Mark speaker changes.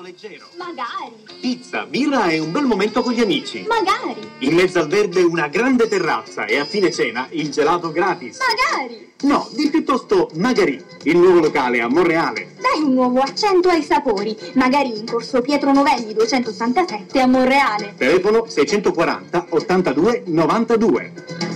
Speaker 1: leggero.
Speaker 2: Magari,
Speaker 1: Pizza, birra e un bel momento con gli amici.
Speaker 2: magari,
Speaker 1: In mezzo al verde una grande terrazza e a fine cena il gelato gratis.
Speaker 2: magari.
Speaker 1: No, di piuttosto Magari, il nuovo locale a Monreale.
Speaker 2: Dai un nuovo accento ai sapori, magari in corso Pietro Novelli 287 a Monreale.
Speaker 1: Telefono 640 82 92.